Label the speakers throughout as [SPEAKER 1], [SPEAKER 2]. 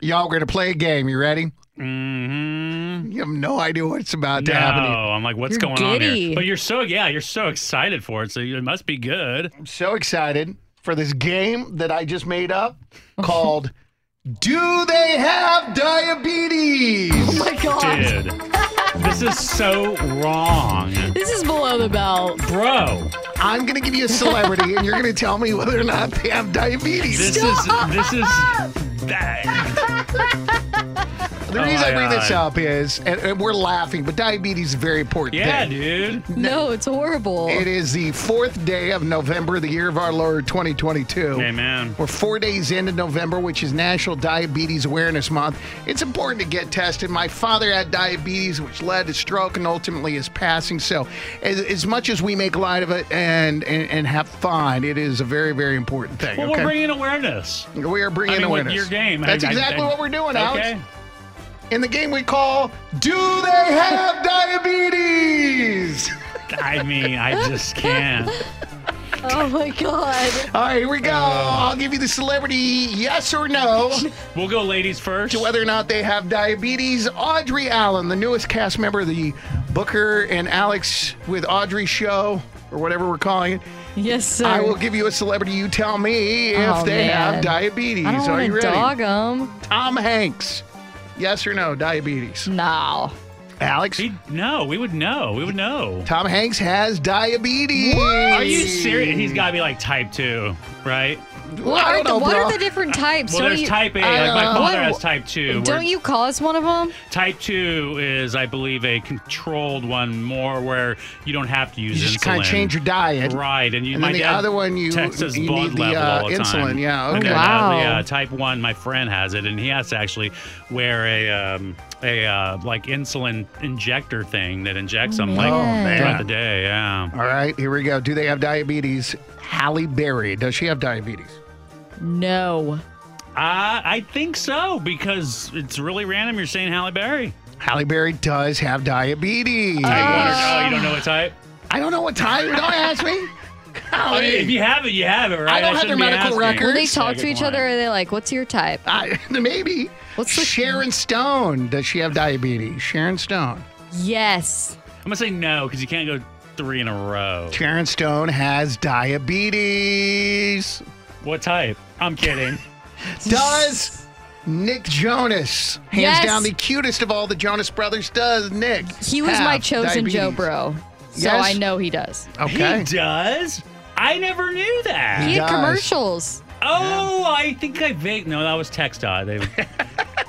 [SPEAKER 1] Y'all going to play a game. You ready?
[SPEAKER 2] Mm-hmm.
[SPEAKER 1] You have no idea what's about
[SPEAKER 2] No,
[SPEAKER 1] to happen.
[SPEAKER 2] I'm like, what's
[SPEAKER 3] You're
[SPEAKER 2] going on
[SPEAKER 3] giddy.
[SPEAKER 2] here? But you're so yeah, you're so excited for it, so it must be good.
[SPEAKER 1] I'm so excited for this game that I just made up called Do They Have Diabetes?
[SPEAKER 3] Oh my god.
[SPEAKER 2] Dude, this is so wrong,
[SPEAKER 3] This is below the belt.
[SPEAKER 2] bro.
[SPEAKER 1] I'm going to give you a celebrity and you're going to tell me whether or not they have diabetes.
[SPEAKER 2] This is this is that.
[SPEAKER 1] the reason I
[SPEAKER 2] Oh my
[SPEAKER 1] bring this
[SPEAKER 2] God.
[SPEAKER 1] up is, and, and we're laughing, but diabetes is a very important
[SPEAKER 2] Yeah,
[SPEAKER 1] thing.
[SPEAKER 2] dude.
[SPEAKER 3] No, it's horrible.
[SPEAKER 1] It is the fourth day of November, the year of our Lord 2022.
[SPEAKER 2] Amen.
[SPEAKER 1] We're four days into November, which is National Diabetes Awareness Month. It's important to get tested. My father had diabetes, which led to stroke and ultimately his passing. So, as, as much as we make light of it and, and, and have fun, it is a very, very important thing.
[SPEAKER 2] Well,
[SPEAKER 1] okay?
[SPEAKER 2] we're bringing awareness.
[SPEAKER 1] we are bringing
[SPEAKER 2] I mean, with
[SPEAKER 1] awareness.
[SPEAKER 2] your game. I-
[SPEAKER 1] That's
[SPEAKER 2] I-
[SPEAKER 1] exactly
[SPEAKER 2] I-
[SPEAKER 1] what we're doing,
[SPEAKER 2] Okay.
[SPEAKER 1] Alex. In the game we call Do They Have Diabetes?
[SPEAKER 2] I mean, I just can't.
[SPEAKER 3] oh my god.
[SPEAKER 1] All right, here we go.
[SPEAKER 3] Uh.
[SPEAKER 1] I'll give you the celebrity yes or no.
[SPEAKER 2] We'll go ladies first.
[SPEAKER 1] to whether or not they have diabetes. Audrey Allen, the newest cast member of the Booker and Alex with Audrey show, or whatever we're calling it.
[SPEAKER 3] Yes, sir.
[SPEAKER 1] I will give you a celebrity. You tell me if
[SPEAKER 3] Oh,
[SPEAKER 1] they have
[SPEAKER 3] man.
[SPEAKER 1] diabetes.
[SPEAKER 3] I don't
[SPEAKER 1] Are you
[SPEAKER 3] want to
[SPEAKER 1] ready?
[SPEAKER 3] dog him.
[SPEAKER 1] Tom Hanks. Yes or no, diabetes.
[SPEAKER 3] No.
[SPEAKER 1] Alex,
[SPEAKER 2] We- no, we would know. We would know.
[SPEAKER 1] Tom Hanks has diabetes.
[SPEAKER 2] Are you serious? He's got to be like type two, right?
[SPEAKER 1] I
[SPEAKER 3] What, are,
[SPEAKER 1] don't know,
[SPEAKER 3] the, what
[SPEAKER 1] bro.
[SPEAKER 3] are the different types?
[SPEAKER 2] Well,
[SPEAKER 3] don't
[SPEAKER 2] there's
[SPEAKER 3] you,
[SPEAKER 2] type A. Like my
[SPEAKER 1] uh,
[SPEAKER 2] father
[SPEAKER 3] what-
[SPEAKER 2] has type two. where
[SPEAKER 3] Don't you cause one of them?
[SPEAKER 2] Type two is, I believe, a controlled one more where you don't have to use
[SPEAKER 1] You just
[SPEAKER 2] insulin.
[SPEAKER 1] kind of change your diet.
[SPEAKER 2] Right, and you.
[SPEAKER 1] And
[SPEAKER 2] my
[SPEAKER 1] then the
[SPEAKER 2] dad
[SPEAKER 1] other one, you-
[SPEAKER 2] texts his
[SPEAKER 1] you
[SPEAKER 2] blood
[SPEAKER 1] need the,
[SPEAKER 2] level
[SPEAKER 1] uh,
[SPEAKER 2] all the time.
[SPEAKER 1] insulin. Yeah,
[SPEAKER 2] My
[SPEAKER 1] okay.
[SPEAKER 2] dad
[SPEAKER 3] Wow.
[SPEAKER 2] has the, uh, type one. My friend has it, and he has to actually wear a um, a uh, like insulin injector thing that injects him
[SPEAKER 1] Oh,
[SPEAKER 2] like
[SPEAKER 3] man.
[SPEAKER 2] throughout the day. Yeah.
[SPEAKER 1] All right, here we go. Do they have diabetes? Halle Berry. Does she have diabetes?
[SPEAKER 3] No.
[SPEAKER 2] Uh, I think so because it's really random. You're saying Halle Berry.
[SPEAKER 1] Halle Berry does have diabetes.
[SPEAKER 2] Type one or no? You don't know what type?
[SPEAKER 1] I don't know what time. Don't ask me.
[SPEAKER 2] I mean, if
[SPEAKER 1] Golly.
[SPEAKER 2] you have it, you have it, right?
[SPEAKER 1] I don't have
[SPEAKER 2] shouldn't
[SPEAKER 1] their
[SPEAKER 2] be
[SPEAKER 1] medical
[SPEAKER 2] asking.
[SPEAKER 1] record.
[SPEAKER 3] Will they
[SPEAKER 1] Yeah,
[SPEAKER 3] talk to
[SPEAKER 2] good
[SPEAKER 3] each
[SPEAKER 2] point.
[SPEAKER 3] other? Or are they like, what's your type?
[SPEAKER 1] I, maybe.
[SPEAKER 3] What's the-
[SPEAKER 1] Sharon Stone. Does she have diabetes? Sharon Stone.
[SPEAKER 3] Yes.
[SPEAKER 2] I'm gonna say no because you can't go three in a row.
[SPEAKER 1] Sharon Stone has diabetes.
[SPEAKER 2] What type? I'm kidding.
[SPEAKER 1] Does Nick Jonas, hands
[SPEAKER 3] Yes.
[SPEAKER 1] down the cutest of all the Jonas brothers, does Nick?
[SPEAKER 3] He was
[SPEAKER 1] have
[SPEAKER 3] my chosen
[SPEAKER 1] diabetes?
[SPEAKER 3] Joe bro. So
[SPEAKER 1] Yes.
[SPEAKER 3] I know he does.
[SPEAKER 1] Okay.
[SPEAKER 2] He does. I never knew that.
[SPEAKER 3] He had
[SPEAKER 1] does.
[SPEAKER 3] commercials.
[SPEAKER 2] Oh, I think I vague. No, that was Textot. They...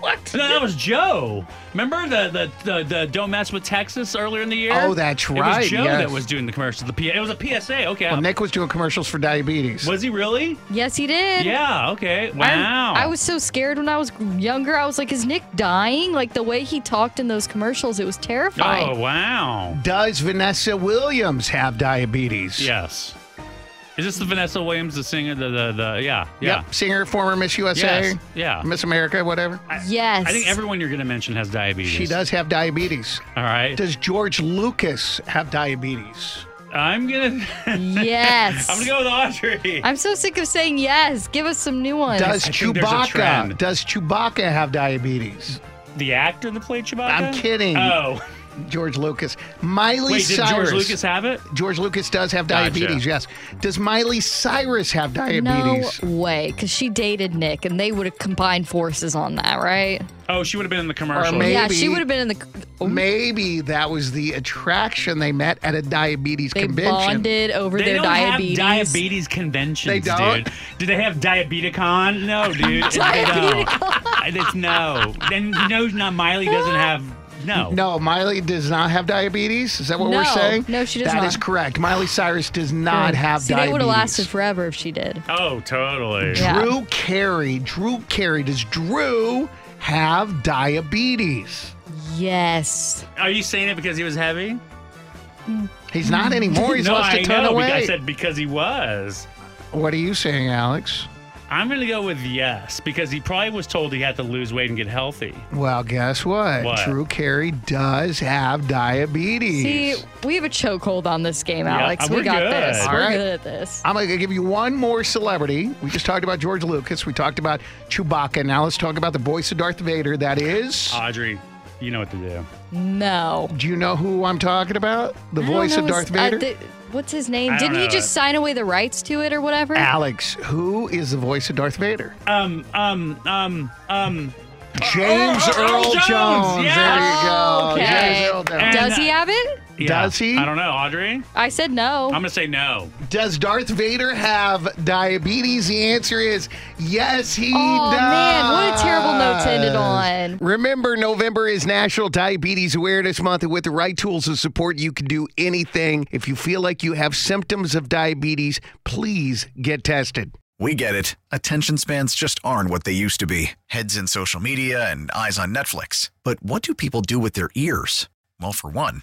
[SPEAKER 2] what? No, that was Joe. Remember the the, the the Don't Mess with Texas earlier in the year?
[SPEAKER 1] Oh, that's
[SPEAKER 2] It
[SPEAKER 1] right,
[SPEAKER 2] was Joe that
[SPEAKER 1] yes.
[SPEAKER 2] was doing the commercial. The P- it was a PSA. Okay.
[SPEAKER 1] Well, Nick was doing commercials for diabetes.
[SPEAKER 2] was he really?
[SPEAKER 3] Yes, he did.
[SPEAKER 2] Yeah. Okay.
[SPEAKER 3] I-
[SPEAKER 2] Wow.
[SPEAKER 3] I, was so scared when I was younger. I was like, is Nick dying? Like the way he talked in those commercials, it was terrifying.
[SPEAKER 2] Oh wow.
[SPEAKER 1] Does Vanessa Williams have diabetes?
[SPEAKER 2] Yes. Is this the Vanessa Williams, the singer? The the, the yeah yeah.
[SPEAKER 1] Yep. Singer, former Miss USA,
[SPEAKER 2] Yes, yeah.
[SPEAKER 1] Miss America, whatever.
[SPEAKER 3] yes.
[SPEAKER 2] I think everyone you're going to mention has diabetes.
[SPEAKER 1] She does have diabetes.
[SPEAKER 2] All right.
[SPEAKER 1] Does George Lucas have diabetes?
[SPEAKER 2] I'm going to
[SPEAKER 3] Yes.
[SPEAKER 2] I'm going to go with Audrey.
[SPEAKER 3] I'm so sick of saying yes. Give us some new ones.
[SPEAKER 1] Does
[SPEAKER 2] I think there's a
[SPEAKER 1] Chewbacca
[SPEAKER 2] trend.
[SPEAKER 1] does Chewbacca have diabetes?
[SPEAKER 2] the actor that played Chewbacca?
[SPEAKER 1] I'm kidding.
[SPEAKER 2] Oh.
[SPEAKER 1] George Lucas. Miley
[SPEAKER 2] Wait, did
[SPEAKER 1] Cyrus.
[SPEAKER 2] George Lucas have it?
[SPEAKER 1] George Lucas does have
[SPEAKER 2] Gotcha.
[SPEAKER 1] diabetes, yes. Does Miley Cyrus have
[SPEAKER 3] no
[SPEAKER 1] diabetes?
[SPEAKER 3] way, because she dated Nick, and they would have combined forces on that, right?
[SPEAKER 2] Oh, she would have been in the commercial.
[SPEAKER 1] maybe-
[SPEAKER 3] Yeah, she would have been in the. Oh,
[SPEAKER 1] Maybe that was the attraction they met at a diabetes
[SPEAKER 3] they
[SPEAKER 1] convention.
[SPEAKER 3] bonded over
[SPEAKER 2] they
[SPEAKER 3] their
[SPEAKER 2] don't
[SPEAKER 3] diabetes.
[SPEAKER 2] have diabetes conventions,
[SPEAKER 1] They don't?
[SPEAKER 2] dude. Do they have diabeticon? No, dude. Diabeticon. It's no. Then no, not Miley doesn't have no.
[SPEAKER 1] No, Miley does not have diabetes. Is that what we're
[SPEAKER 3] No.
[SPEAKER 1] saying?
[SPEAKER 3] No, she does
[SPEAKER 1] That
[SPEAKER 3] not.
[SPEAKER 1] is correct. Miley Cyrus does not have
[SPEAKER 3] See,
[SPEAKER 1] diabetes.
[SPEAKER 3] they would have lasted forever if she did.
[SPEAKER 2] Oh, totally.
[SPEAKER 3] Yeah.
[SPEAKER 1] Drew Carey. Drew Carey. Does Drew have diabetes.
[SPEAKER 3] Yes.
[SPEAKER 2] Are you saying it because he was heavy?
[SPEAKER 1] He's not
[SPEAKER 3] Mm.
[SPEAKER 1] anymore. He's
[SPEAKER 2] no,
[SPEAKER 1] lost a
[SPEAKER 2] I
[SPEAKER 1] ton
[SPEAKER 2] know.
[SPEAKER 1] of
[SPEAKER 2] because
[SPEAKER 1] weight.
[SPEAKER 2] I said because he was.
[SPEAKER 1] what are you saying, Alex?
[SPEAKER 2] I'm gonna go with yes because he probably was told he had to lose weight and get healthy.
[SPEAKER 1] Well, guess what?
[SPEAKER 2] What?
[SPEAKER 1] Drew Carey does have diabetes.
[SPEAKER 3] See, we have a chokehold on this game,
[SPEAKER 2] Yeah,
[SPEAKER 3] Alex.
[SPEAKER 2] we're
[SPEAKER 3] we got
[SPEAKER 2] good.
[SPEAKER 3] this.
[SPEAKER 2] All
[SPEAKER 3] we're
[SPEAKER 1] right.
[SPEAKER 3] good at this.
[SPEAKER 1] I'm going to give you one more celebrity. We just talked about George Lucas. We talked about Chewbacca. Now let's talk about the voice of Darth Vader. That is.
[SPEAKER 2] Audrey, you know what to do.
[SPEAKER 3] No.
[SPEAKER 1] do you know who I'm talking about? The
[SPEAKER 3] I don't
[SPEAKER 1] voice of
[SPEAKER 3] know
[SPEAKER 1] Darth
[SPEAKER 3] his- I
[SPEAKER 1] Vader?
[SPEAKER 3] thi- what's his name?
[SPEAKER 2] I don't
[SPEAKER 3] Didn't he
[SPEAKER 2] know
[SPEAKER 3] just
[SPEAKER 2] it.
[SPEAKER 3] sign away the rights to it or whatever?
[SPEAKER 1] Alex, who is the voice of Darth Vader?
[SPEAKER 2] Um, um, um, um.
[SPEAKER 1] James
[SPEAKER 2] oh, oh,
[SPEAKER 1] Earl
[SPEAKER 2] Jones,
[SPEAKER 1] Jones.
[SPEAKER 2] yes.
[SPEAKER 1] There you go.
[SPEAKER 3] Okay.
[SPEAKER 1] James Earl Jones.
[SPEAKER 3] Does
[SPEAKER 2] And,
[SPEAKER 3] he
[SPEAKER 2] uh,
[SPEAKER 3] have it?
[SPEAKER 2] yeah,
[SPEAKER 1] Does he?
[SPEAKER 2] I don't know, Audrey. I'm
[SPEAKER 3] I said no.
[SPEAKER 2] gonna say no.
[SPEAKER 1] Does Darth Vader have diabetes? The answer is yes, he
[SPEAKER 3] Aw,
[SPEAKER 1] does.
[SPEAKER 3] Oh, man, what a terrible note to end it on.
[SPEAKER 1] Remember, November is National Diabetes Awareness Month, and with the right tools and support, you can do anything. If you feel like you have symptoms of diabetes, please get tested.
[SPEAKER 4] We get it. Attention spans just aren't what they used to be heads in social media and eyes on Netflix. But what do people do with their ears? Well, for one,